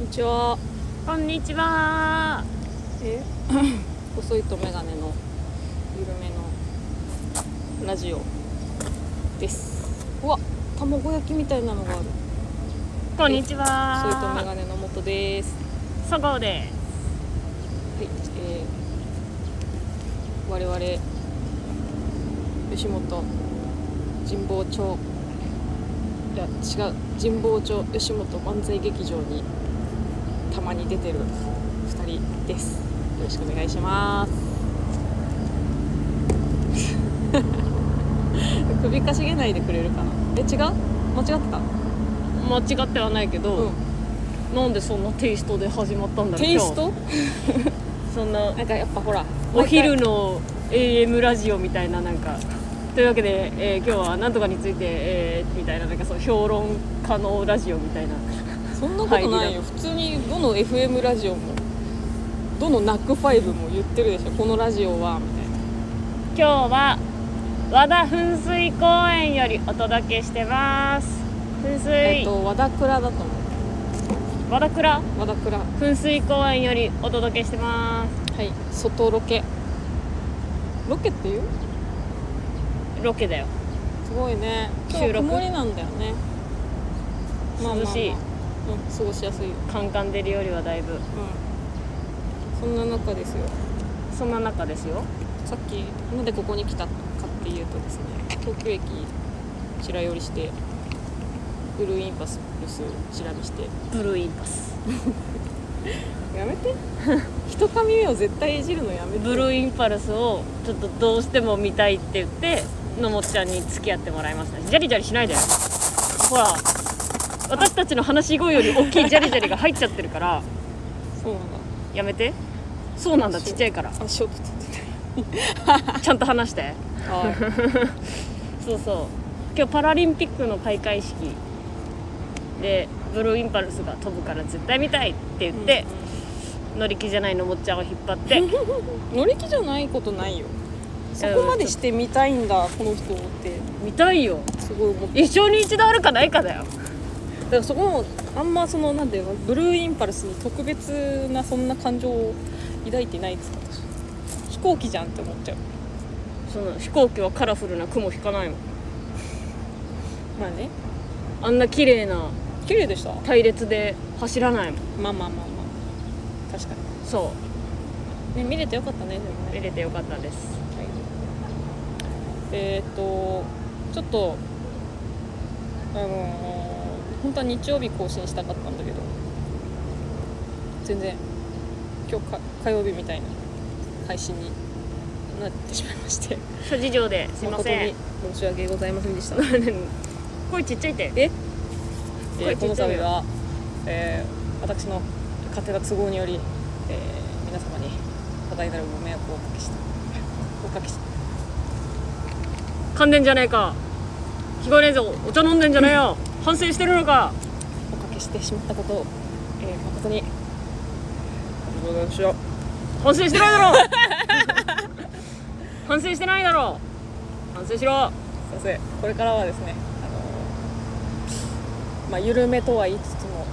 にちは。こんにちは。え 細いとメガネの緩めのラジオです。うわ、卵焼きみたいなのがある。こんに細いとちメは。ガネの元です。そごうではい、えー、我々吉本神保町いや違う神保町吉本漫才劇場にたまに出てる2人ですよろしくお願いします 首かしげないでくれるかなえ違う間違ってた、す。間違ってはないけど、なんでそんなテイストで始まったんだろう。テイスト今 日そんななんかやっぱほらお昼毎の AM ラジオみたいななんか。というわけで、えー今日はなんとかについて、えーみたいななんかそう評論家のラジオみたいな回そんなことないよ普通にどの FM ラジオもどの NAC5 も言ってるでしょこのラジオはみたいな今日は和田噴水公園よりお届けしてます噴水、えっと和田倉だと思う和田倉和田倉は噴水公園よりお届けしてまい外ロケロケっていうすロケだよすごいね今収日録曇りなんだよね涼しいうん、過ごしやすいよ、カンカン出るよりはだいぶうん、そんな中ですよそんな中ですよさっきなんでここに来たかっていうとですね東京駅白寄りしてブルーインパルス調べしてブルーインパスやめて 人髪目を絶対いじるのやめてブルーインパルスをちょっとどうしても見たいって言ってのもっちゃんに付き合ってもらいましたジャリジャリしないでよほら私たちの話し声より大きいジャリジャリが入っちゃってるからそうなんだやめてそうなんだちっちゃいからあショート取ってちゃんと話してた はいそうそう今日パラリンピックの開会式でブルーインパルスが飛ぶから絶対見たいって言って、乗り気じゃないのもっちゃんを引っ張ってうん乗り気じゃないことないよそこまでして見たいんだこの人をって見たいよすごい思って一生に一度あるかないかだよだからそこもあんまそのなんていうのブルーインパルスに特別なそんな感情を抱いてないです私飛行機じゃんって思っちゃうその飛行機はカラフルな雲引かないもんまあねあんな綺麗な綺麗でした隊列で走らないもんまあまあまあまあ確かそにね見れてよかったねでもうね入れてよかったですはい、えーっとちょっとあのー本当は日曜日更新したかったんだけど全然今日か火曜日みたいな配信になってしまいまして諸事情ですいません誠に申し訳ございませんでした 声ちっちゃいってえこえれーこちっのちゃい度よは、えー私の勝手な都合により、えー皆様に多大なるご迷惑をおかけしたおかけし噛んでんじゃねえか聞こえねえぞお茶飲んでんじゃねえよ反省してるのかおかけしてしまったことを、えー誠にありがとうございました反省してないだろ反省してないだろ反省しろ先生これからはですねあのーまあ緩めとは言いつつも、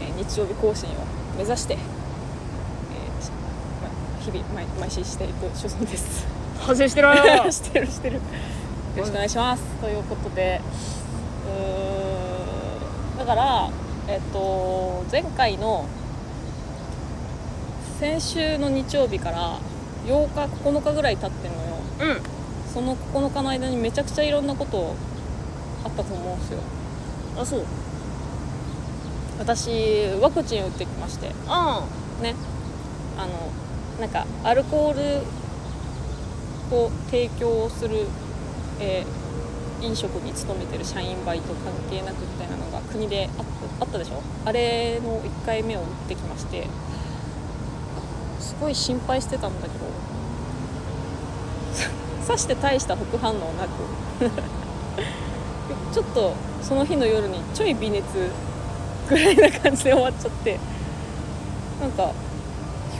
えー日曜日更新を目指して、えーしまあ日々毎毎週していく所存です反省して ろよしてるしてるよろしくお願いしますということでうーんだからえっと前回の先週の日曜日から8日9日ぐらい経ってんのようんその9日の間にめちゃくちゃいろんなことあったと思うんですよあそう私ワクチン打ってきましてあねあのなんかアルコールを提供する、えー飲食に勤めてる社員バイト関係なくみたいなのが国であったあったでしょあれの1回目を打ってきましてすごい心配してたんだけど さして大した副反応なく ちょっとその日の夜にちょい微熱ぐらいな感じで終わっちゃってなんか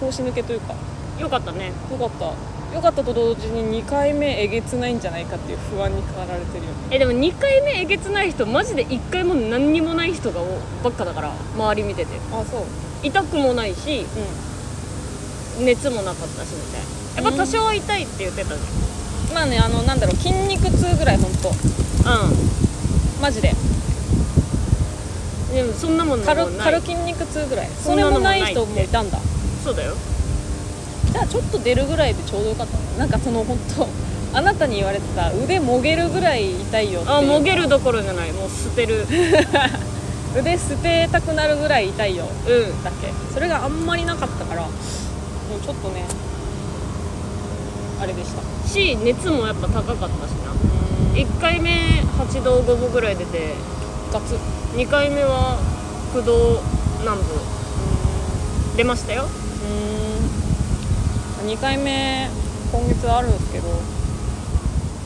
拍子抜けというかあよかったねよかった良かったと同時に2回目えげつないんじゃないかっていう不安に駆られてるよねえでも2回目えげつない人マジで1回も何にもない人がおばっかだから周り見ててあそう痛くもないしう熱もなかったしみたいなやっぱ多少は痛いって言ってたじんまあねあのなんだろう筋肉痛ぐらいほんとゃんうマジでんでもそんなもんな軽もんない軽筋肉痛ぐらいそそんれなのももなないい人もいたんだそうだよじゃあちょっと出るぐらいでちょうどよかったねなんかそのほんとあなたに言われてた腕もげるぐらい痛いよっていうあもげるどころじゃないもう捨てる腕捨てたくなるぐらい痛いようんだっけそれがあんまりなかったからもうちょっとねあれでしたし熱もやっぱ高かったしな1回目8度5分ぐらい出てガツ2回目は9度南部出ましたようん2回目今月あるんですけど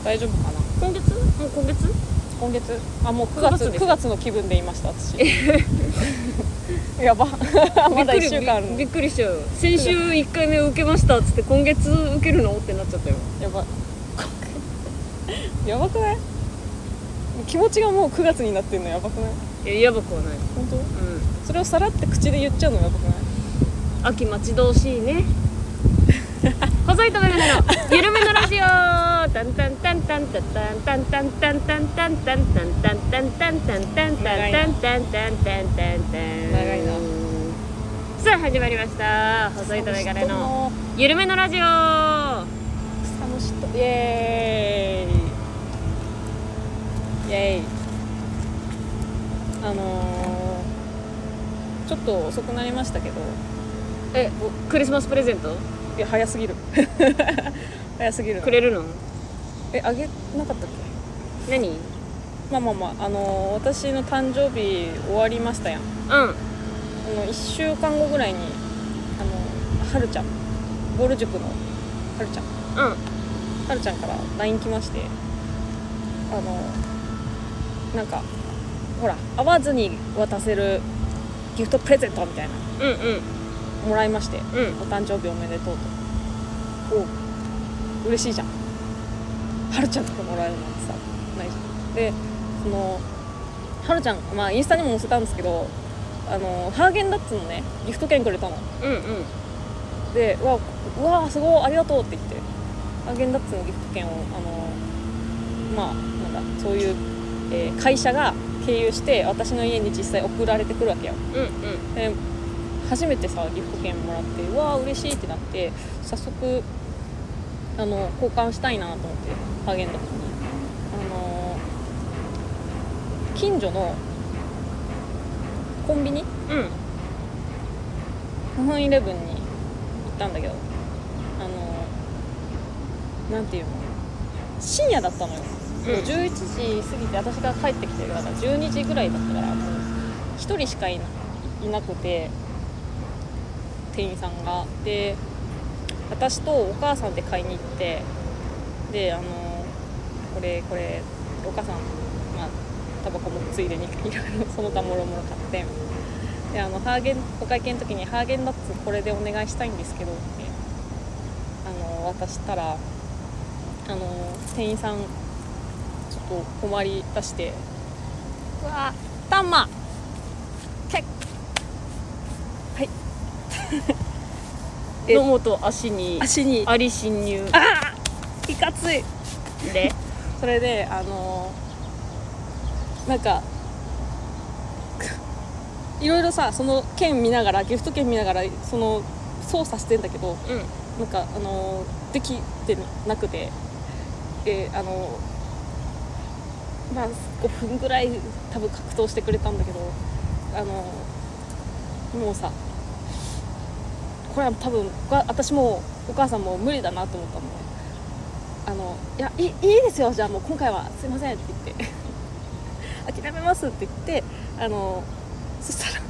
大丈夫かな今月もう今月今月あもう9月9月です9月の気分でいました私 やばまだ1週間あるびっくのりびっくりしちゃうよ先週1回目受けましたっつって今月受けるのってなっちゃったよやばやばくない気持ちがもう9月になってんのやばくないいややばくはない本当うそれをさらって口で言っちゃうのやばくないん秋待ち遠しいね細いとメガネのゆるめのラジオタンタンタンタンタンタンタンタンタンタンタンタンタンタンタンタンタンタンタンタンタンタンタンタンタン長いなさあ始まりました細いとメガネのゆるめのラジオ草むしとイエーイイエーイあのー、ちょっと遅くなりましたけどえクリスマスプレゼントいや早すぎる 早すぎるなくれるのえあげなかったっけ何うんまあまあまああのー、私の誕生日終わりましたやんあの1週間後ぐらいにあのはるちゃんボル塾のはるちゃんうんはるちゃんから LINE 来ましてあのなんかほら会わずに渡せるギフトプレゼントみたいなうんうんもらいましてうんお誕生日おめでとうとおう嬉しいじゃんはるちゃんからもらえるなんてさないじゃんでそのはるちゃんまあインスタにも載せたんですけどあのハーゲンダッツのねギフト券くれたのうんうんで「うわうわすごいありがとう」って言ってハーゲンダッツのギフト券をあのまあなんだそういう、えー会社が経由して私の家に実際送られてくるわけようんで初めてさギフト券もらってうわー嬉しいってなって早速あの交換したいなと思ってハーゲンダッツにあのー近所のコンビニうんうんファンイレブンに行ったんだけどあのなんていうの深夜だったのよ、うん11時過ぎて私が帰ってきてだから12時ぐらいだったからもう1人しかいないなくて店員さんがで私とお母さんで買いに行ってであのこれこれお母さんまあタバコもついでにいろいろその他もろもろ買ってであのハーゲンお会計の時に「ハーゲンダッツこれでお願いしたいんですけど」ってあの渡したらあの店員さんちょっと困り出して「うわタンマけっはい」え野本足に足にアリ侵入あーいかついでそれであのーなんかいろいろさその券見ながらギフト券見ながらその操作してんだけどうんなんかあのーできてなくてであのーまあ5分ぐらい多分格闘してくれたんだけどあのーもうさこれは多分おか私もお母さんも無理だなと思ったのであのいやいいいいですよじゃあもう今回はすいませんって言って 諦めますって言ってあのそしたら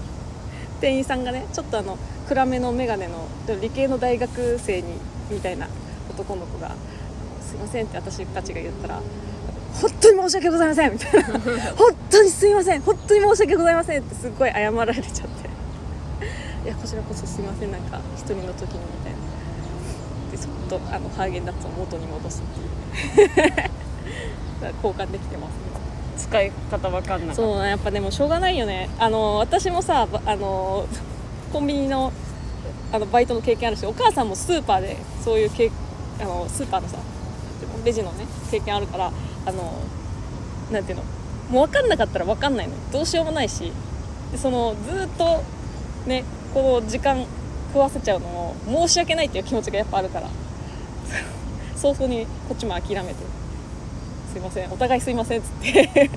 店員さんがねちょっとあの暗めの眼鏡のでも理系の大学生にみたいな男の子が「すいません」って私たちが言ったら「本当に申し訳ございません」みたいな「本当にすいません本当に申し訳ございません」ってすっごい謝られちゃって「いやこちらこそすいませんなんか一人の時に」みたいな。でそっとあのハーゲンダッツを元に戻す 交換できてますね使い方わかんないそうやっぱでもしょうがないよねあの私もさばあのコンビニのあのバイトの経験あるしお母さんもスーパーでそういうけあのスーパーのさレジのね経験あるからあのなんていうのもう分かんなかったら分かんないのどうしようもないしでそのずーっとねこの時間食わせちゃうのも申し訳ないっていう気持ちがやっぱあるから 早々にこっちも諦めて「すいませんお互いすいません」っつって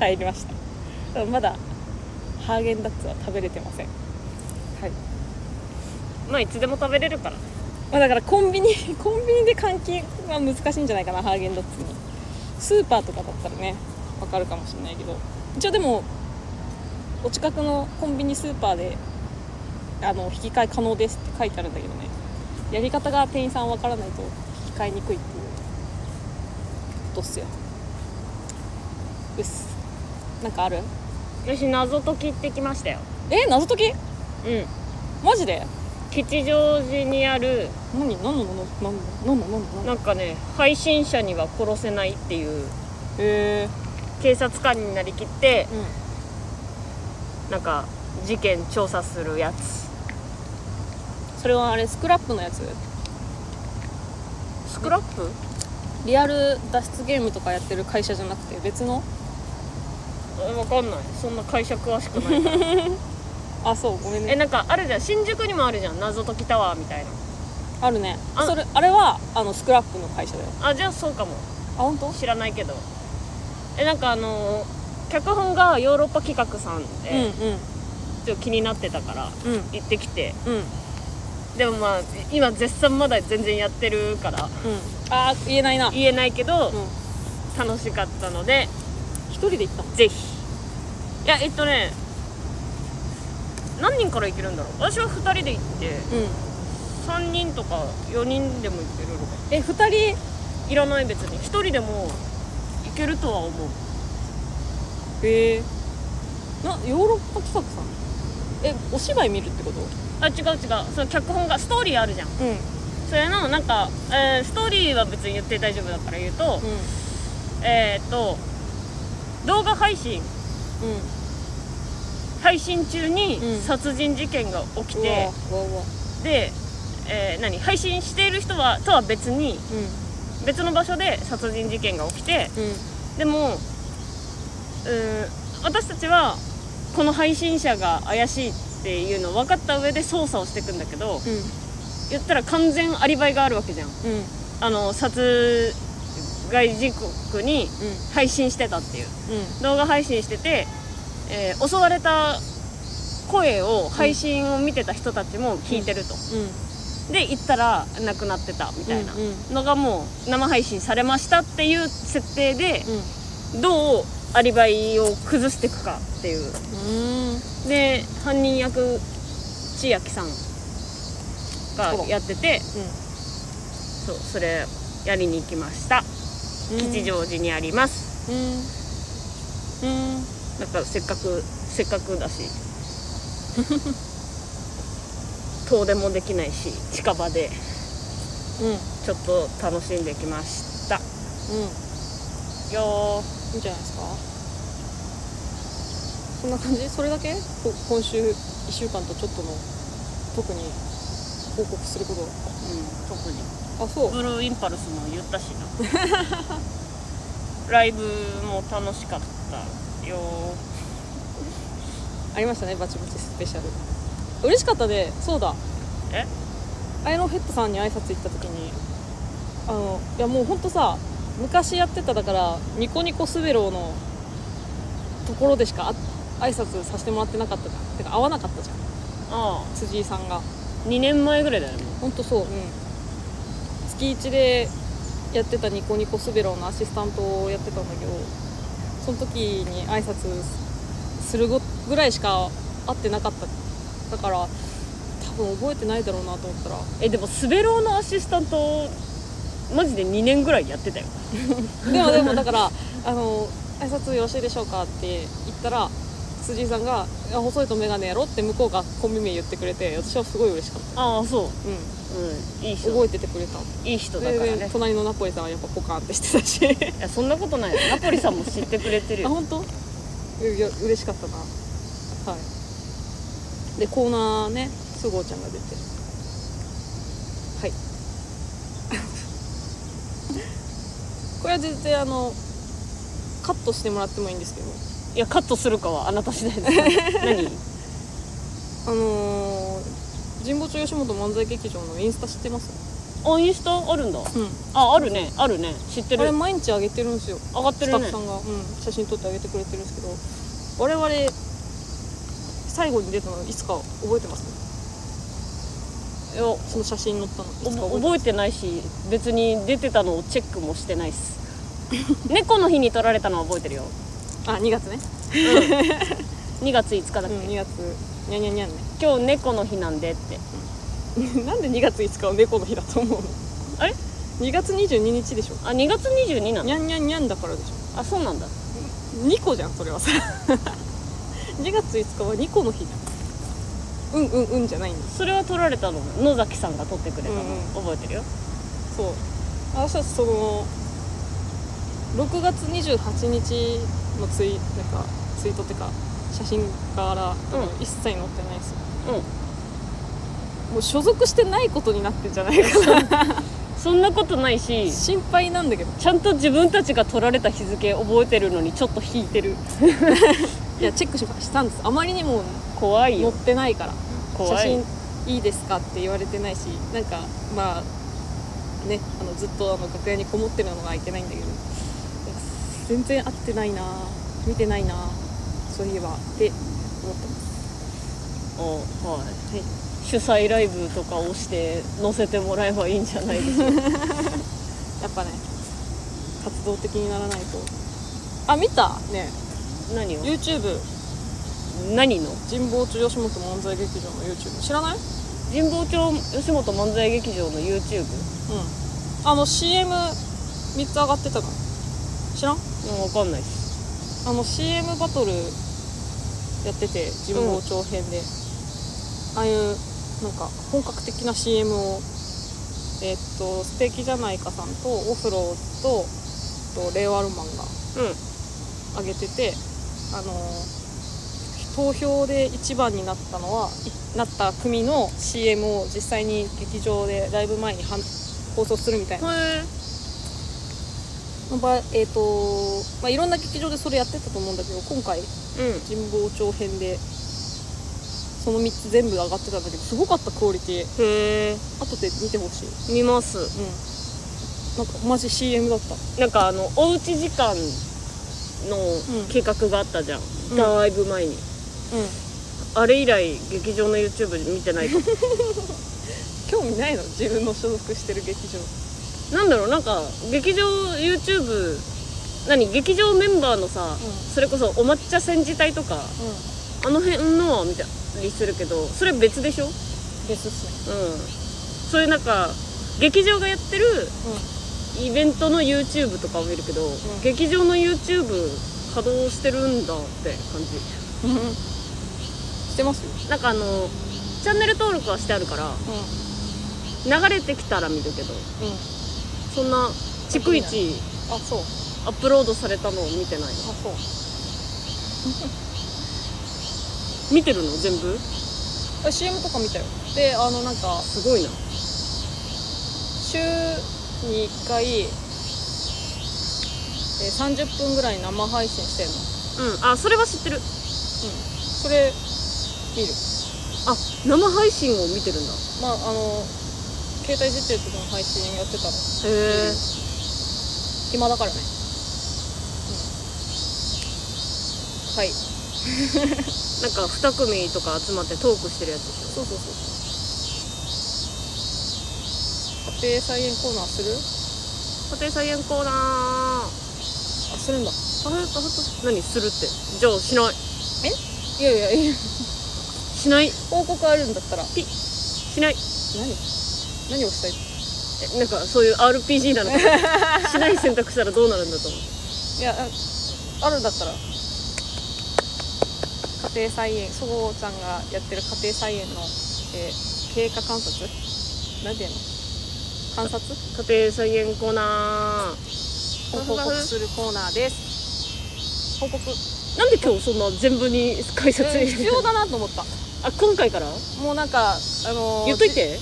帰りましたでもまだハーゲンダッツは食べれてませんはい、まあいつでも食べれるからまあ、だからコンビニ コンビニで換気は難しいんじゃないかなハーゲンダッツにスーパーとかだったらねわかるかもしれないけど一応でもお近くのコンビニスーパーであの引き換え可能ですって書いてあるんだけどねやり方が店員さんわからないと引き換えにくいっていうことっすようっすなんかある私謎解き行ってきましたよえ謎解きうんマジで吉祥寺にある何何の何の何の何の何のなんかね配信者には殺せないっていうへえ警察官になりきってうんなんか事件調査するやつそれはあれスクラップのやつスクラップリアル脱出ゲームとかやってる会社じゃなくて別のわかんないそんな会社詳しくないからあそうごめん えねなんかあるじゃん 新宿にもあるじゃん謎解きタワーみたいなあるねあそれあれはあのスクラップの会社だよあじゃあそうかもあ本当？知らないけどえなんかあのー脚本がヨーロッパ企画さんうんで、ちょっと気になってたからうん行ってきてうんうんうんでもまあ今絶賛まだ全然やってるからあー言えないなうん言えないけど、楽しかったので一人で行ったのぜひいやえっとね何人から行けるんだろう私は2人で行ってうん3人とか4人でも行けるのかえ二人いらない別に1人でも行けるとは思うへえなヨーロッパ企画さんえお芝居見るってことあ違う違うその脚本がストーリーあるじゃんうんうんそれのなんか、えーストーリーは別に言って大丈夫だから言うと、えーっと動画配信うん配信中にうん殺人事件が起きうて、わうわうわで、えー何配信している人はとは別にう別の場所で殺人事件が起きてんうんでもうーん私たちはこの配信者が怪しいっていうのを分かった上で捜査をしていくんだけどう言ったら完全アリバイがあるわけじゃんんうんうんあの殺害時刻に配信してたっていう動画配信してて、えー襲われた声を配信を見てた人たちも聞いてると、うんで行ったら亡くなってたみたいなうんうんのがもう生配信されましたっていう設定でうんどうアリバイを崩していくかっていううんで犯人役千秋さんがほらやっててうそうそれやりに行きましたん吉祥寺にありますうんうんなんかせっかくせっかくだし 遠出もできないし近場でうんうんちょっと楽しんできましたよいーいんじゃないですかそんな感じそれだけこ今週1週間とちょっとの特に報告することうん特にあそうブルーインパルスも言ったし なライブも楽しかったよありましたねバチバチスペシャル嬉しかったでそうだえアイロンヘッドさんに挨拶行った時にあのいやもうほんとさ昔やってただからニコニコスベローのところでしかあ挨拶させてもらってなかったじゃんてか会わなかったじゃんあ辻井さんがあ2年前ぐらいだよねほんとそううん月1でやってたニコニコスベローのアシスタントをやってたんだけどその時に挨拶するごぐらいしか会ってなかっただから多分覚えてないだろうなと思ったらえでもスベローのアシスタントマジで2年ぐらいやってたよでもでもだからあの挨拶よろしいでしょうかって言ったら辻井さんが「いや細いと眼鏡やろ」って向こうがコンビ名言ってくれて私はすごい嬉しかっああそた、うん、う、うん、いい人覚えててくれたいい人だ全から然、ね隣のナポリさんはやっぱポカーンってしてたしいやそんなこと ないよナポリさんも知ってくれてるあよ 本当いや嬉しかったなはいでコーナーねすごちゃんが出てはい これは全然あのカットしてもらってもいいんですけどいやカットするかはあなた次第だよ何 あのー、神保町吉本漫才劇場のインスタ知ってますあインスタあるんだうんああるねあるね知ってあれる毎日上げてるんですよ上がってスるタッねフさんが、うん、写真撮ってあげてくれてるんですけど我々最後に出たのいつか覚えてますいやその写真載ったのいおつか覚ぼえて覚えてないし別に出てたのをチェックもしてないっす 猫の日に撮られたのは覚えてるよあ2月ね2月5日だっうけ、ん2月にゃんにゃんにゃんね 今日猫の日なんでってなんで2月5日は猫の日だと思うのあれ2月22日でしょあ2月22なにのゃんにゃんにゃんだからでしあそうなんだょ2個じゃんそれはさ2月5日は2個の日だうんうんうんじゃないんですそれは撮られたの野崎さんが撮ってくれたの、うん覚えてるよそう私はその6月28日のツイなんかツイートってか写真から多分う一切載ってないですよ、うもう所属してないことになってんじゃないかなんそんなことないし心配なんだけどちゃんと自分たちが撮られた日付覚えてるのにちょっと引いてるいやチェックしましたんですあまりにも怖い載よってないから怖い写真いいですかって言われてないしなんかまあねあのずっとあの楽屋にこもってるのがいけないんだけど全然会ってないな見てないなそういえばって思ってますおはいはい主催ライブとかをして載せてもらえばいいんじゃないですかやっぱね活動的にならないとあ見たね何を YouTube 何の神保町吉本漫才劇場の YouTube 知らないうん神保町吉本漫才劇場の YouTube あの CM3 つ上がってたの知らんうんわかんないしあの CM バトルやってて神保町編で、ああいうなんか本格的な CM をえっと「素敵じゃないか」さんとオフローとえっと令和ロマンがうあげててあのー投票で1番になったのはいなった組の CM を実際に劇場でライブ前にはん放送するみたいな、んへえの場えーとまあ、いろんな劇場でそれやってたと思うんだけど今回うん神保町編でその3つ全部上がってたんだけどすごかったクオリティへえ後で見てほしい見ますうんなんかマジ CM だったなんかあのおうち時間のん計画があったじゃん、うんだいぶ前にうんあれ以来劇場の YouTube 見てないかも興味ないの自分の所属してる劇場なんだろうなんか劇場 YouTube 何劇場メンバーのさ、うんそれこそお抹茶戦時隊とかうんあの辺のは見たりするけどそれ別でしょうんですっすねそういうなんか劇場がやってるうんイベントの YouTube とかを見るけど、ん劇場の YouTube 稼働してるんだって感じしてますよ、なんかあのチャンネル登録はしてあるからう流れてきたら見るけどんうん、そんな逐一あそうアップロードされたのを見てなあいそう見てるの全部あ CM とか見たよであのなんかすごいな週に1回、えー30分ぐらい生配信してんのうんあそれは知ってるそれ見るあ生配信を見てるんだまああの携帯出てる時の配信やってたのへえ暇だからね、うん、はいなんか2組とか集まってトークしてるやつでしそうそうそうそう家庭菜園コーナーするょ家庭菜園コーナーああするんだれあれ何するってじゃあしないいやいやいやしない報告あるんだったらしない何何をしたいえなんかそういう RPG なのか なしない選択したらどうなるんだと思ういやああるんだったら庭菜園そごうちゃんがやってる家庭菜園の、えー経過観察なんていうの観察家庭菜園コーをナー報告するコーナーです報告なんで今日そんな全部に解説うん必要だなと思った あ今回からもうなんかあのー言っといて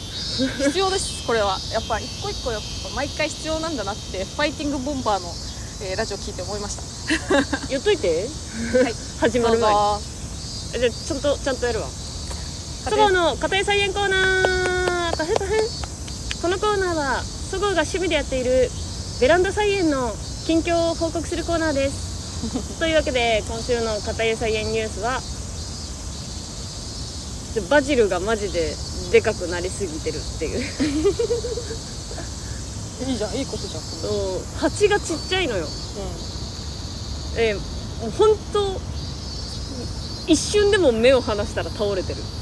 必要ですこれはやっぱ一個一個やっぱ毎回必要なんだなってファイティングボンバーの、えーラジオ聞いて思いました言っといてはい 始まる前どうぞえじゃあちゃんとちゃんとやるわそ家ご庭うの家庭菜園コーナーカフェカフェこのコーナーはそごうが趣味でやっているベランダ菜園の近況を報告するコーナーです というわけで今週の家庭菜園ニュースはちょバジルがマジででかくなりすぎてるっていういいじゃんいいことじゃんこれもう蜂がちっちゃいのようえーもう本当一瞬でも目を離したら倒れてる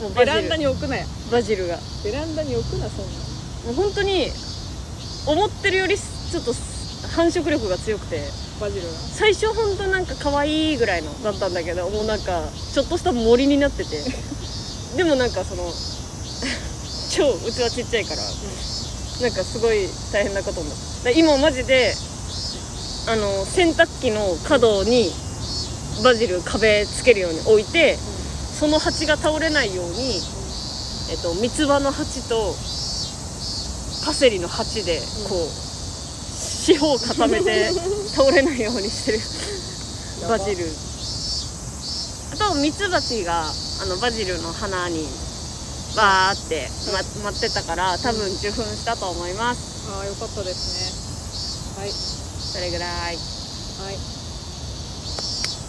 もうんバベジランダルに置くなやバジルがベランダに置くなそんなもう本当に思ってるよりちょっと繁殖力が強くてバジルが最初本当なんか可愛いぐらいのだったんだけどもうなんかちょっとした森になっててでもなんかその 超うちはちっちゃいから、なんかすごい大変なこともだ今マジであの洗濯機の角にバジル壁つけるように置いてその鉢が倒れないように、えっと、三つ葉の鉢とパセリの鉢でこう、四方固め て倒れないようにしてるやばバジルあとミツバチがあのバジルの花にバーって、ま、待ってたから多分受粉したと思いますああよかったですねはいそれぐらはいい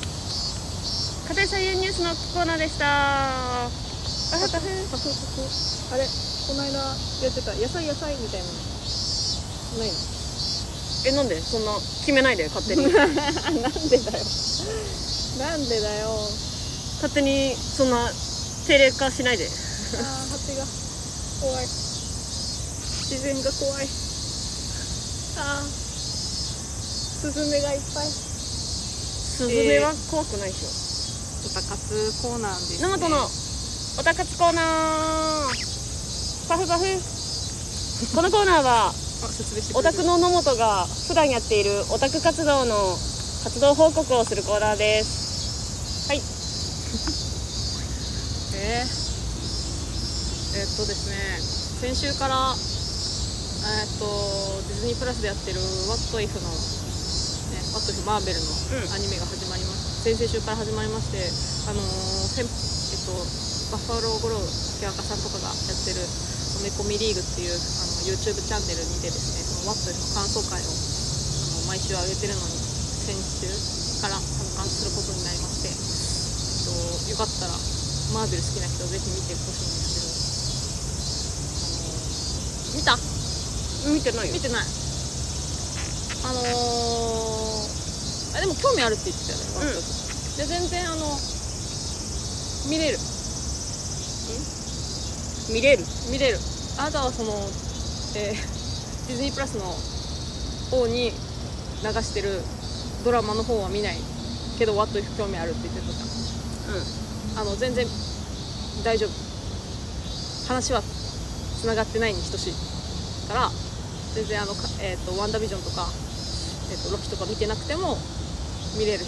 家庭菜園ニュースのコーナーでしたああカフパクパクあれこの間やってた野菜野菜みたいなのないえなんでそんな決めないで勝手 にのなんでだよなんでだよ勝手にそんな定例化しないでああ蜂が怖い自然が怖いああスズメがいっぱいスズメは怖くないでしょ、おたかつコーナーです、野本のおたかつコーナーパフパフこのコーナーは説明してオタクの野本が普段やっているオタク活動の活動報告をするコーナーですはいえー、えっとですね先週からえっとディズニープラスでやってる「WhatIf」の、ね「WhatIf マーベル」うんのアニメが始まりまして、先々週から始まりましてあのーせんえっと、バッファロー・ゴローアカさんとかがやってる「埋め込みリーグ」っていうあの YouTube チャンネルにてですねその「WhatIf」の感想会をあの毎週上げてるのに先週から参加することになりまして、えっと、よかったらマーベル好きな人ぜひ見てほしいんですけどあの見見てないたよ見てないあのー、あでも興味あるって言ってたよねワントスで全然あの見れる見れる見れるあなたはその、えー ディズニープラスの方に流してるドラマの方は見ないけど「What if 興味ある」って言ってたじゃんあの全然大丈夫話はつながってないに等しいから全然あの、かえー、とワンダービジョンとか、えー、とロキとか見てなくても見れる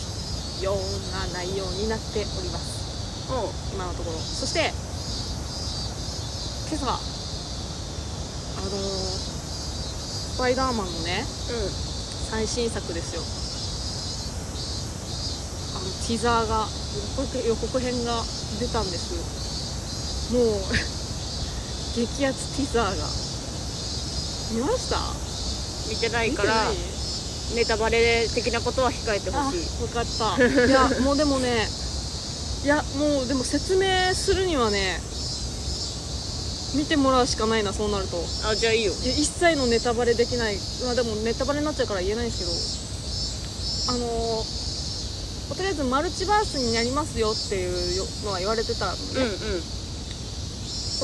ような内容になっておりますうん今のところそして今朝あのースパイダーマンのねう最新作ですよあのティザーが予告予告編が出たんですもう 激アツティザーが見ましたん見てない見てかないらネタバレ的なことは控えてほしいあ分か ったいやもうでもねいやもうでも説明するにはね見てもらうしかないなそうなるとあじゃあいいよいや一切のネタバレできないまあでもネタバレになっちゃうから言えないんですけどあのーとりあえずマルチバースになりますよっていうよのは言われてたのね、うんうん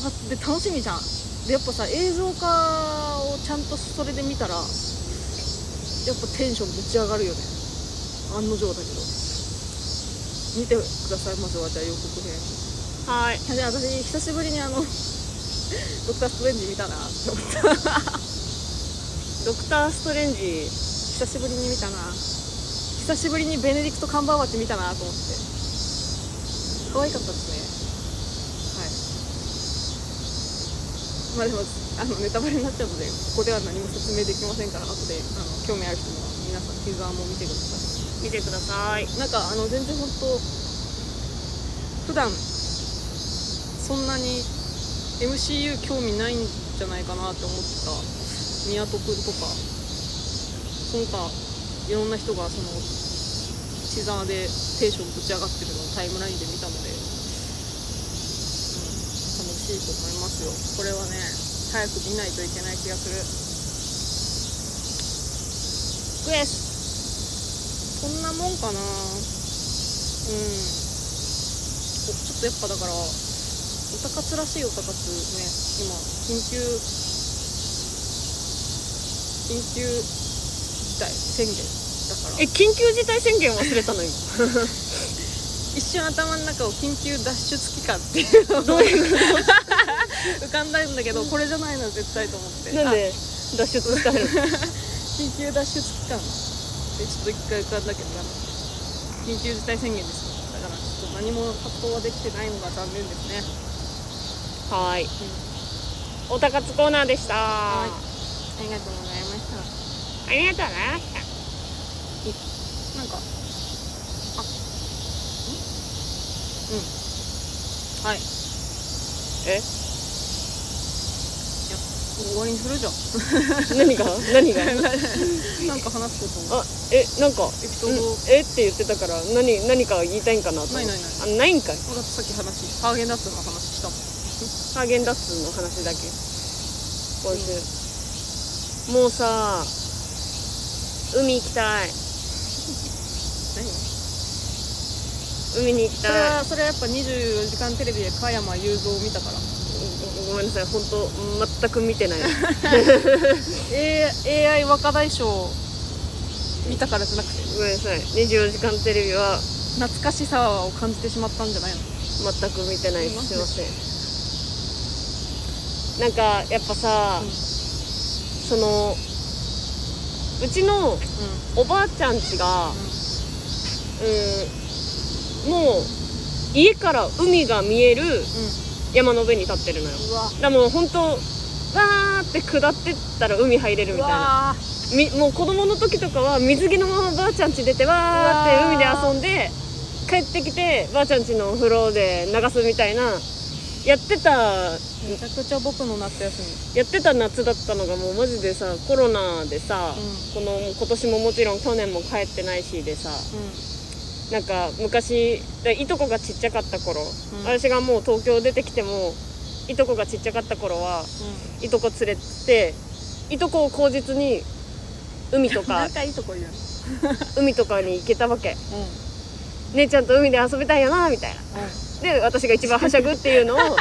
わで楽しみじゃんでやっぱさ映像化をちゃんとそれで見たらやっぱテンションぶち上がるよね案の定だけど見てくださいまずはじゃあ予告編はーいで私久しぶりにあの「ド クター・ストレンジ」見たなって思ってドクター・ストレンジ久しぶりに見たな久しぶりにベネディクト・カンバーバッチ見たなと思って可愛かったですねはいまあでもあのネタバレになっちゃうのでここでは何も説明できませんから後であの興味ある人には皆さんティーザーも見てください見てくださいなんかあの全然本当普段そんなに MCU 興味ないんじゃないかなって思ってた宮戸くんとかその他いろんな人がそのシザーでテンションぶち上がってるのをタイムラインで見たので、うん、楽しいと思いますよこれはね早く見ないといけない気がするクエスそんなもんかなうんちょっとやっぱだからオタ活らしいオタ活ね今緊急緊急事態宣言だからえ緊急事態宣言忘れたのよ一瞬頭の中を緊急脱出期間っていうのがどういう 浮こかんだんだけどこれじゃないの絶対と思ってと なんで脱出したの 緊急脱出期間でちょっと一回浮かんだけどな緊急事態宣言ですよだからちょっと何も活動はできてないのが残念ですねはーい、おたかつコーナーでしたいありがとうございましたありがとうございましたなんかあんうんはいいえや終わりにするじゃん何が 何 がなんか話すこともあえなんかエピソードうんえって言ってたから何何か言いたいんかなと思ってないないあないんかい俺だってさっき話ハーゲンダッツの話したもんハーゲンダッツの話だけ今週、もうさ海行きたい何海に行きそれたいはそれはやっぱ24時間テレビで加山雄三を見たからごごめんなさい本当全く見てない A AI 若大将見たからじゃなくてごめんなさい24時間テレビは懐かしさを感じてしまったんじゃないの全く見てないですすすいいまませせんなんかやっぱさ、うんそのうちのおばあちゃんちが、うん、もう家から海が見えるう山の上に立ってるのよんうんうわだからもう本当わーって下ってったら海入れるみたいなわみもう子供の時とかは水着のままばあちゃん家出てわーって海で遊んで帰ってきてばあちゃん家のお風呂で流すみたいなやってためちゃくちゃ僕の夏休みやってた夏だったのがもうマジでさコロナでさ、この今年ももちろん去年も帰ってないしでさうなんか昔だいとこがちっちゃかった頃、ん私がもう東京出てきてもいとこがちっちゃかった頃はいうとこ連れていとこを口実に海とんな かんかいいとこ言うう海とかに行けたわけん姉ちゃんと海で遊びたいよなみたいなうで私が一番はしゃぐっていう のをや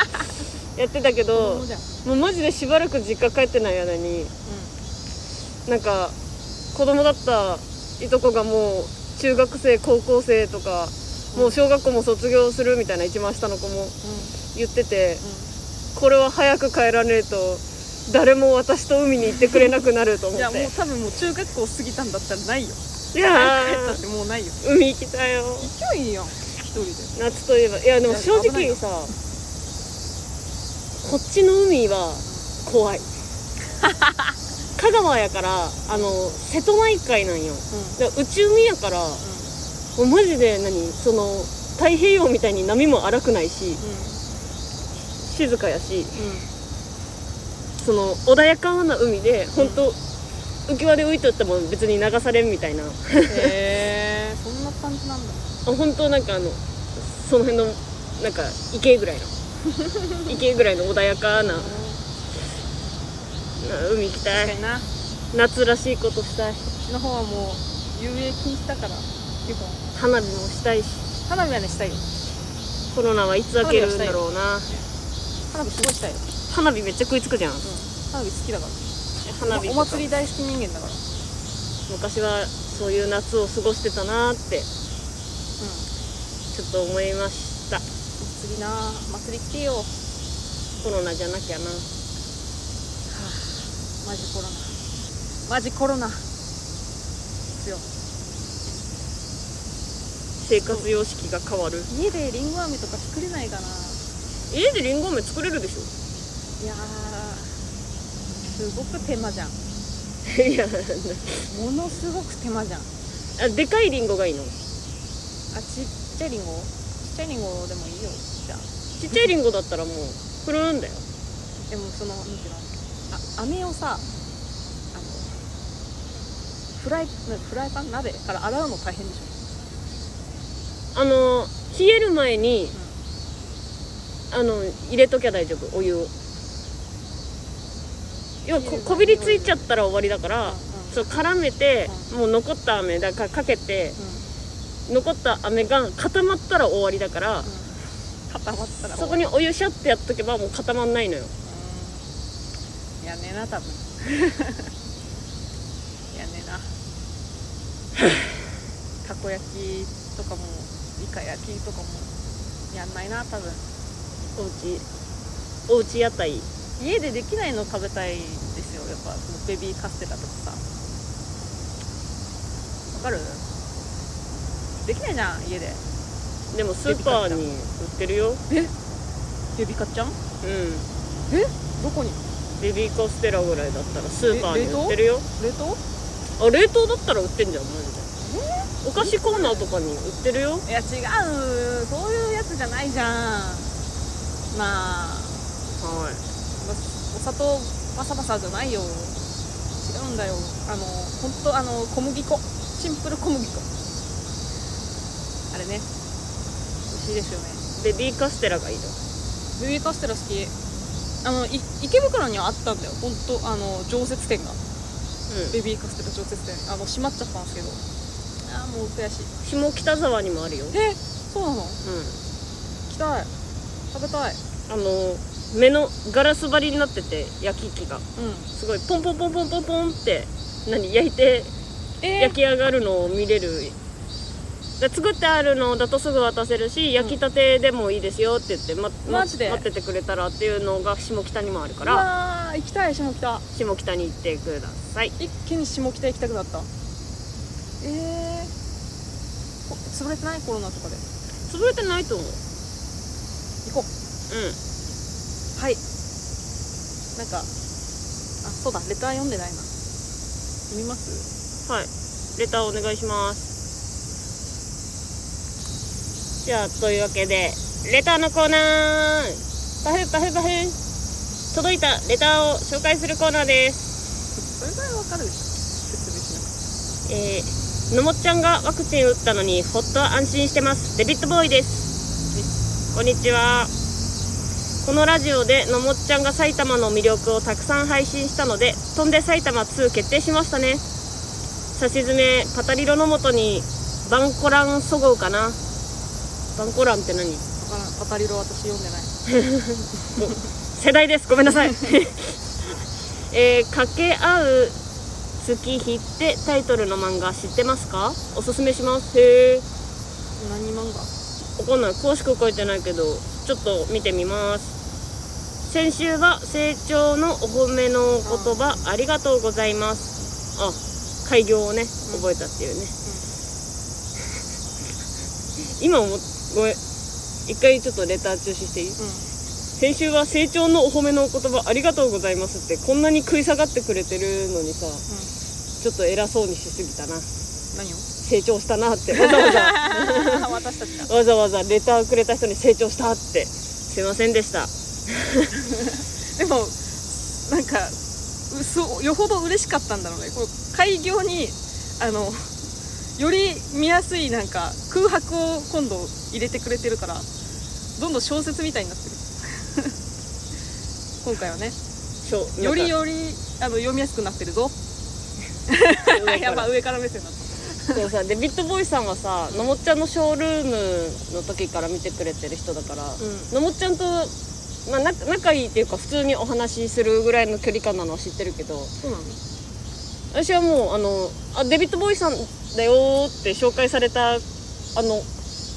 ってたけどんそうじゃんもうマジでしばらく実家帰ってない間になんか子供だったいとこがもう中学生高校生とかもう小学校も卒業するみたいな一番下の子も言っててこれは早く帰らねえと誰も私と海に行ってくれなくなると思いやっもてう多分もう中学校過ぎたんだったらないよいやだってもうないよー海行きたいよ勢いいいやん一人で夏といえばいやでも正直さこっちの海は怖い香川やからあの瀬戸内海なんようんだから内海やからもうマジで何その太平洋みたいに波も荒くないし静かやしうんうんその穏やかな海で本当、浮き輪で浮いとっても別に流されんみたいなあへえそんな感じなんだ本当なんかあのその辺のなんか池ぐらい の池ぐらいの穏やかなな海行きた確かいにな夏らしいことしたいうちの方はもう遊泳禁止だから基本花火もしたいし花火はねしたいよコロナはいつ明けるんだろうな花火すごいしたいよ、うん、花火めっちゃ食いつくじゃん花火好きだから花火おとか祭り大好き人間だから昔はそういう夏を過ごしてたなーって祭ちょっと思いましたりな祭り来てよコロナじゃなきゃなマジコロナマジコロナですよ生活様式が変わる家でりんご飴とか作れないかな家でりんご飴作れるでしょいやーすごく手間じゃん いやものすごく手間じゃんああでかいりんごがいいのちっちゃいりんごちっちゃいりんごでもいいよじゃあちっちゃいりんごだったらもうプルーンだよでもそのなんていうのあ飴をさあのフライなフライパン鍋から洗うの大変でしあの冷える前に、あの入れときゃ大丈夫お湯を要はここびりついちゃったら終わりだから、うんうんそう絡めて、もう残った飴だからかけてょ、う残った飴が固まったら終わりだから、ん固まったらそこにお湯シャッてやっとけばもう固まんないのようんやねえな多分 やねえ なたこ焼きとかもイカ焼きとかもやんないな多分おうちおうち屋台家でできないの食べたいんですよやっぱそのベビーカステラとかさわかるできないじゃん家ででもスーパーに売ってるよベビカちゃんうんどこにベビーカステラぐらいだったらスーパーに売ってるよ冷凍あ冷凍だったら売ってんじゃんマジでお菓子コーナーとかに売ってるよいや違うそういうやつじゃないじゃんまあはいお砂糖バサバサじゃないよ違うんだよあの本当あの小麦粉シンプル小麦粉あれね美味しいですよねベビーカステラがいいのベビーカステラ好きあのい池袋にはあったんだよ本当あの常設店がうんベビーカステラ常設店あの閉まっちゃったんですけどああもう悔しい下北沢にもあるようんえそうなの来たい食べたいあの目のガラス張りになってて焼き器がうんすごいポンポンポンポンポンポンって何焼いてえ焼き上がるのを見れるだ作ってあるのだとすぐ渡せるし焼きたてでもいいですよって言って、ま、まマジで待っててくれたらっていうのが下北にもあるかー、らら行きたい下北下北に行ってください一気に下北行きたくなったえー、こ潰れてないコロナとかで潰れてないと思う行こううはいなんかあそうだレター読んでないな読みますんはいレターお願いしますじゃあというわけでレターのコーナーパフパフパフ届いたレターを紹介するコーナーですそれぐらいわかるでしょ説明しなくてえー、のもっちゃんがワクチン打ったのにほっと安心してますデビッドボーイですこんにちはこのラジオでのもっちゃんが埼玉の魅力をたくさん配信したので飛んで埼玉2決定しましたねさしずめパタリロのもとにバンコランそごうかなバンコランって何わからんパタリロ私読んでない世代ですごめんなさい、 えー、掛け合う月日ってタイトルの漫画知ってますかおすすめしますへえ何漫画わかんない詳しく書いてないけどちょっと見てみます先週は成長のお褒めのお言葉ありがとうございますあ開業をね覚えたっていうね、今思っごめん一回ちょっとレター中止していいうん先週は成長のお褒めのお言葉ありがとうございますってこんなに食い下がってくれてるのにさちょっと偉そうにしすぎたな成長したなってわざわざ何を私たちがわざわざレターくれた人に成長したってすいませんでした でもなんかうそうよほど嬉しかったんだろうねこの開業にあのより見やすいなんか空白を今度入れてくれてるからどんどん小説みたいになってる 今回はねしょより よよりあの読みやすくなってるぞやばい上から目線だったそうさデビッド・ボーイさんはさのもっちゃんのショールームの時から見てくれてる人だから、んのもっちゃんと、まあ、仲仲いいっていうか普通にお話しするぐらいの距離感なのは知ってるけどそうなの私はもうあのあデビッド・ボーイさんだよーって紹介されたあの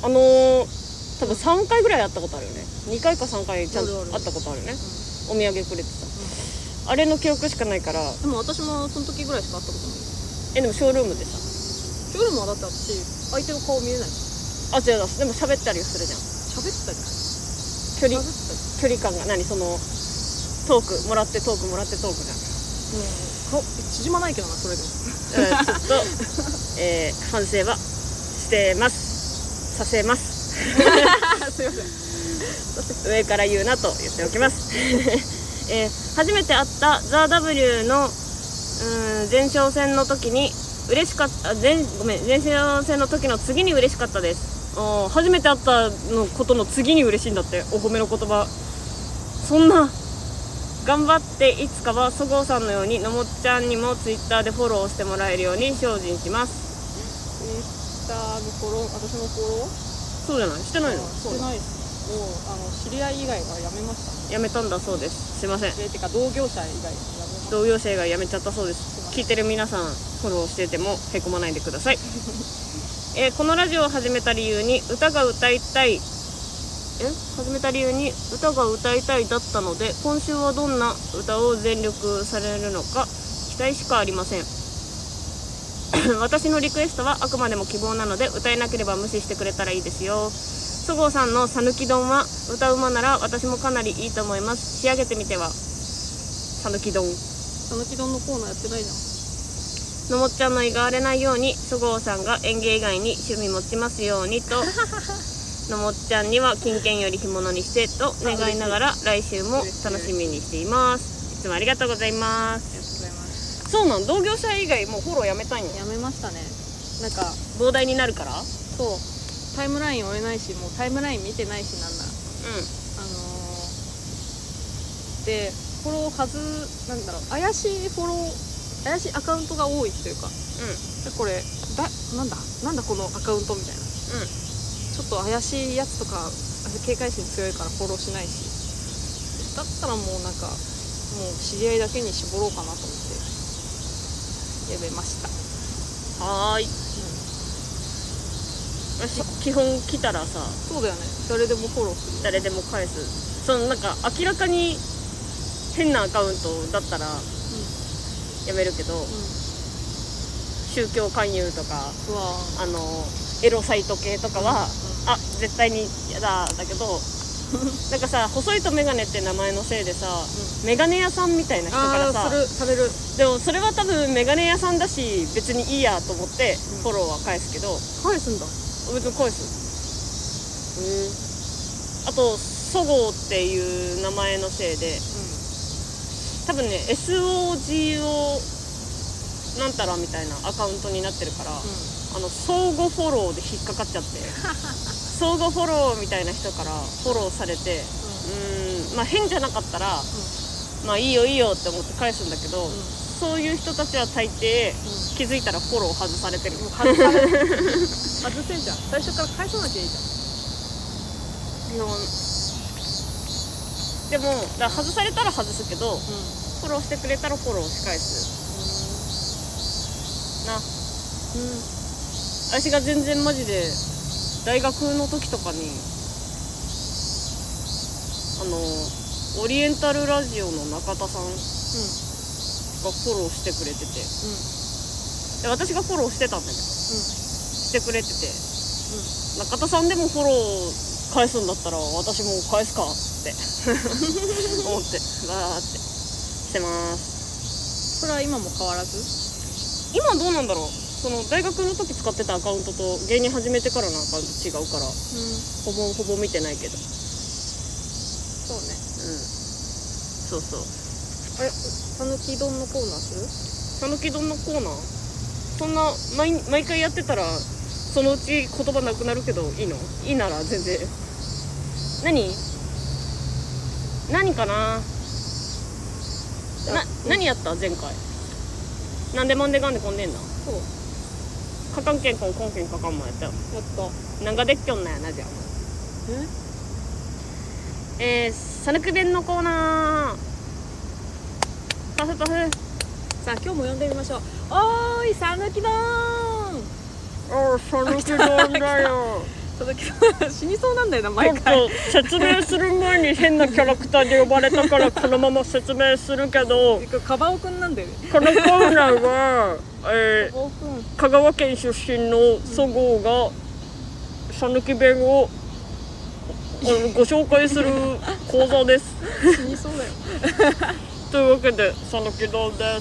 あのー多分3回ぐらい会ったことあるよね2回か3回ちゃんとあるある会ったことあるねうお土産くれてさあれの記憶しかないからんでも私もその時ぐらいしか会ったことないえでもショールームでさ夜もだって私相手の顔見えないあ違う違うでも喋ったりはするじゃん喋ったり喋ったり距離距離感が何そのトークもらってトークもらってトークじうん顔ゃん縮まないけどなそれでもだからちょっと、えー反省はしてますさせます すいません上から言うなと言っておきます、 えー初めて会ったザ・ w のうーん前哨戦の時に嬉しかったあ前ごめん前哨戦の時の次に嬉しかったですおー初めて会ったのことの次に嬉しいんだってお褒めの言葉そんな頑張っていつかはそごうさんのようにのもっちゃんにもツイッターでフォローしてもらえるように精進しますツイッターのフォロー私のフォローそうじゃないしてないのしてないですもうあの知り合い以外はやめましたやめたんだそうですすいませんねえてか同業者以外はやめました同業生が辞めちゃったそうです聞いてる皆さんフォローしててもへこまないでください、えーこのラジオを始めた理由に歌が歌いたいえ始めた理由に歌が歌いたいだったので今週はどんな歌を全力されるのか期待しかありません 私のリクエストはあくまでも希望なので歌えなければ無視してくれたらいいですよそごうさんの「さぬき丼」は歌うまなら私もかなりいいと思います仕上げてみてはさぬき丼たぬき丼のコーナーやってないじゃんのもっちゃんの胃が荒れないようにそごうさんが園芸以外に趣味持ちますように とのもっちゃんには金券より干物にしてと願いながら来週も楽しみにしていますいつもありがとうございまあすりがとうございますそうなん同業者以外もうフォローやめたいんややめましたねなんか膨大になるからうんそうタイムライン追えないしもうタイムライン見てないしなんならあのー、でフォローはずなんだろう怪しいフォロー怪しいアカウントが多いというかでこれだなんだなんだこのアカウントみたいなちょっと怪しいやつとか警戒心強いからフォローしないしだったらもうなんかもう知り合いだけに絞ろうかなと思ってやめましたうんはーい私基本来たらさそうだよね誰でもフォローする誰でも返すそのなんか明らかに変なアカウントだったらやめるけど、う宗教勧誘とかんうわあのエロサイト系とかは、うあ絶対に嫌だ だけどなんかさ細いとメガネって名前のせいでさ、メガネ屋さんみたいな人からあさあーするされるでもそれは多分メガネ屋さんだし別にいいやと思ってフォローは返すけど、返すんだ別に返すあとそごうっていう名前のせいでう多分ね SOGO なんたらみたいなアカウントになってるから、んうんあの相互フォローで引っかかっちゃって 相互フォローみたいな人からフォローされてうーんまあ変じゃなかったら、まあいいよいいよって思って返すんだけど、そういう人たちは大抵、ん気づいたらフォロー外されてる、もう外される外せんじゃん最初から返さなきゃいいじゃんでもでもだから外されたら外すけどフうんォローしてくれたらフォローし返すなう私が全然マジで大学の時とかにあのオリエンタルラジオの中田さんんがフォローしてくれててで私がフォローしてたんだけどしてくれてて中田さんでもフォロー返すんだったら私も返すかって思ってわーってしてますそれは今も変わらず今どうなんだろうその大学の時使ってたアカウントと芸人始めてからのアカウント違うからうんほぼほぼ見てないけどそうねうんそうそうあれさぬき丼のコーナーするたぬき丼のコーナーそんな毎毎回やってたらそのうち言葉なくなるけどいいのいいなら全然何何かなな何やった前回なんでマンデガンでこんでんだそうかかんけんこんこんけんかかんもやったよやったなんかでっきょんなんやなじゃあええー、さぬき弁のコーナーパフパフさあ今日も呼んでみましょうおーいさぬき丼おうその気なんだよ佐々木さん死にそうなんだよなちょ毎っ回と説明する前に変なキャラクターで呼ばれたからこのまま説明するけどカバオくんなんだよねこのコーナーは、えオープンー香川県出身のそごうが讃岐弁をあのご紹介する講座です。死にそうだよというわけで讃岐堂で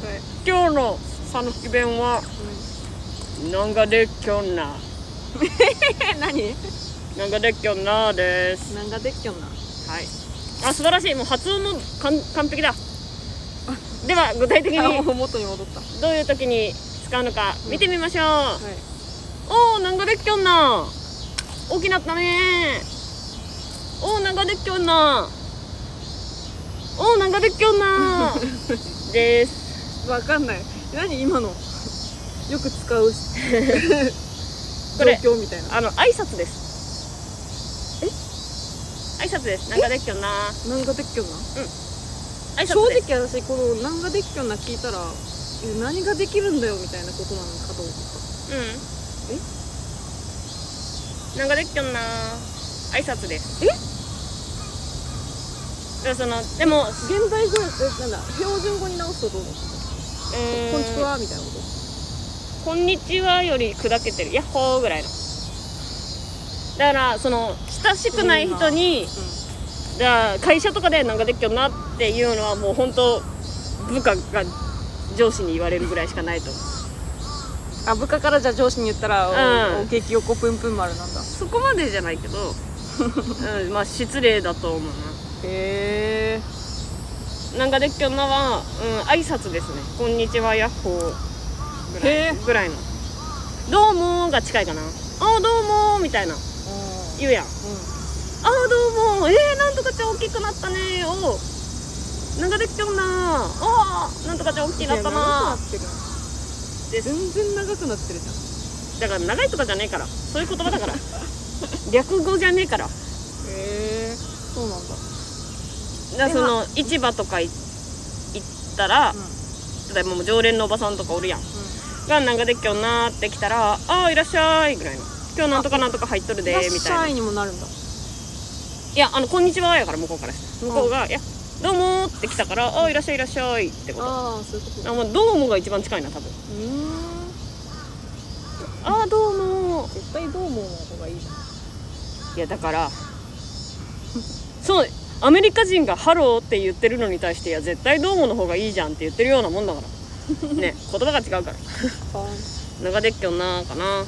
はい今日の讃岐弁はなんかできょんな、え 何なんかできょんなです。なんかできよんなはい。あ、素晴らしい。もう発音も完完璧だ。では、具体的あにもう元に戻ったはどういう時に使うのか見てみましょう。いおー、なんかでっきょんな。大きなったねおー、なんかでっきょんな。おー、なんかでっきょんな。 です。わかんない何今のよく使 うこれ状況みたいなあの、挨拶です。え挨拶です。なんかでっきょんな。なんかでっきょんな挨正拶です。直私この「なんがでっきょんな」聞いたらえ何ができるんだよみたいなことなのかと思っうん。なんかでっきょんな。挨拶です。えでもその、でも、た現代語えなんだ標準語に直すとどうなのえーこんにちはみたいなことこんにちはより砕けてる。ヤッホーぐらいの。だから、その、親しくない人に、だから会社とかでなんかでっきょんなっていうのはもう本当部下が上司に言われるぐらいしかないと思う。あ部下からじゃあ上司に言ったらうんお激横ぷんぷん丸なんだそこまでじゃないけ ど、うん、まあ失礼だと思うな。へえなんかでっきょんなは、うん、挨拶ですね。こんにちは、やっほーぐらへいーぐらいの。どうもーが近いかな。あーどうもーみたいな。言うやん。あーどうもー。えー、なんとかちゃん大きくなったねーを。なんかでっきょんなー。あー、なんとかちゃん大きくなったなー。です全然長くなってるじゃんだから長いとかじゃねえから。そういう言葉だから。略語じゃねえから。へえそうなんだだからその、市場とかい行ったら、例えばもう常連のおばさんとかおるやん。がなんかで今日なーって来たら「ああいらっしゃい」ぐらいの「今日なんとかなんとか入っとるで」みみたいなたいな「にもなるんだいやあのこんにちは」やから向こうからしたら向こうが「いやどうも」って来たから「ああいらっしゃいいらっしゃい」ってことあああそういうこともう「どうも」が一番近いな多分うーん「ああどうも絶対どう思うの方がいいじゃん」いやだからそうアメリカ人が「ハロー」って言ってるのに対して「いや絶対どうも」の方がいいじゃんって言ってるようなもんだから ね言葉が違うから「長でっきょんな」かな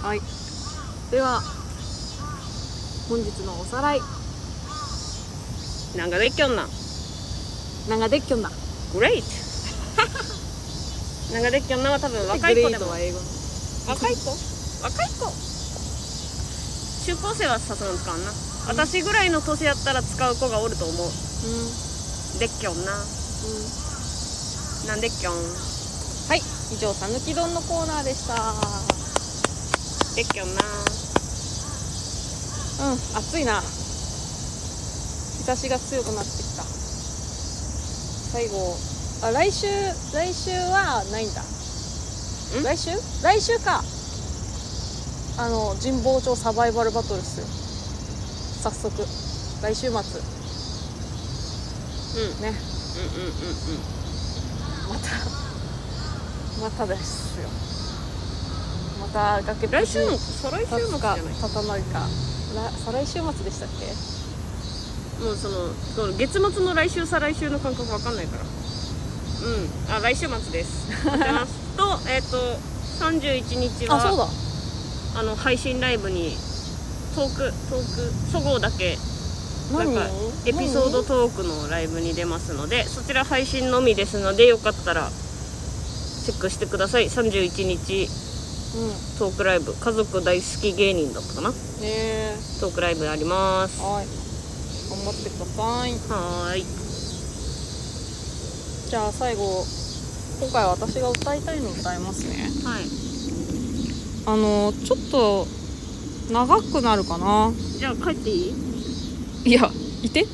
はいでは本日のおさらい「長でっきょんな」長でっきょんな「グレイト」長でっきょんなは多分若い子でもは英語の若い子若い子中高生はさすがに使うな、私ぐらいの年やったら使う子がおると思ううんでっきょんなうんなんでっきょんはい以上さぬき丼のコーナーでしたうでっきょんなん暑いな日差しが強くなってきた最後あ来週来週はないんだん来週来週かあの神保町サバイバルバトルっすよ早速来週末うんうんねうんうんまたまたですよまた崖っうんぷ来ち週にの再来週立つのじゃかない立たないかな再来週末でしたっけもうそのこの月末の来週再来週の感覚わかんないからうんあ来週末です待って ますとえっ、と31日はあそうだあの配信ライブにトークトークそごうだけなん何かエピソードトークのライブに出ますのでそちら配信のみですのでよかったらチェックしてください31日何うんトークライブ家族大好き芸人だったかなねえトークライブありますはい頑張ってくださいはーいじゃあ最後今回は私が歌いたいの歌いますねはいあのちょっと長くなるかなじゃあ帰っていいいやいて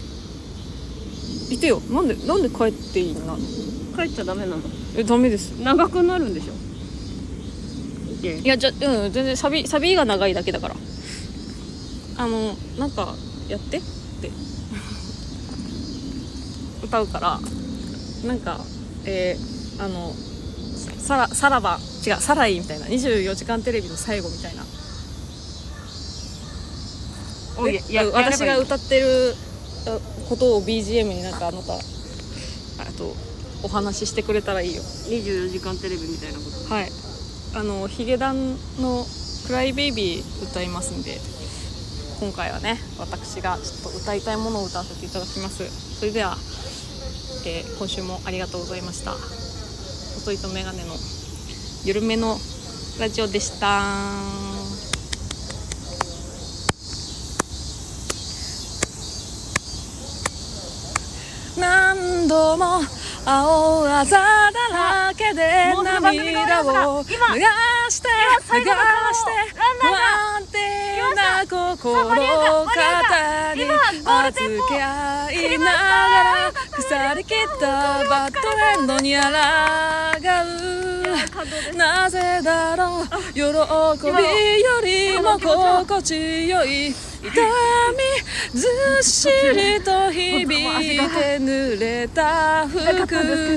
いてよなんでなんで帰っていいなの帰っちゃダメなのえダメです長くなるんでしょけいやじゃうん全然サビサビが長いだけだからあのなんかやってって 歌うからなんかえーあのさらさらば違うサライみたいな24時間テレビの最後みたいなおえ私が歌ってるあことを BGM になんかあなたあとお話ししてくれたらいいよ24時間テレビみたいなことはいあのヒゲダンの「クライベイビー」歌いますんで今回はね私がちょっと歌いたいものを歌わせていただきますそれでは、えー今週もありがとうございましたおとりとメガネの緩めのラジオでした何度も青あざだらけでもうその番組が終わり涙ますがを流して今流して最後の顔不安定な心肩に預け合いながら腐りきったバッドエンドに抗う感動ですなぜだろう喜びよりも心地よい痛みずっしりと響いて濡れた服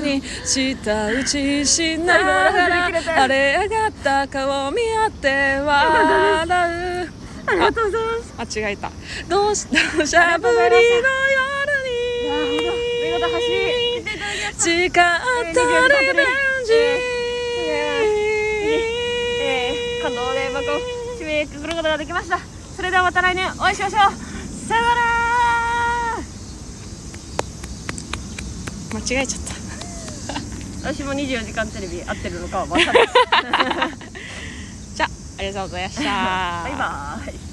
に舌打ちしながら 荒れ上がった顔を見合って笑うありがとうございますあ違えたどうしどしゃぶりの夜いにやー見事走りていただきました誓ったリベンジえー、感動で幕を締めくくることができましたそれではまた来年お会いしましょうさよなら間違えちゃった私も24時間テレビ合ってるのかは分かんないじゃあありがとうございましたバイバーイ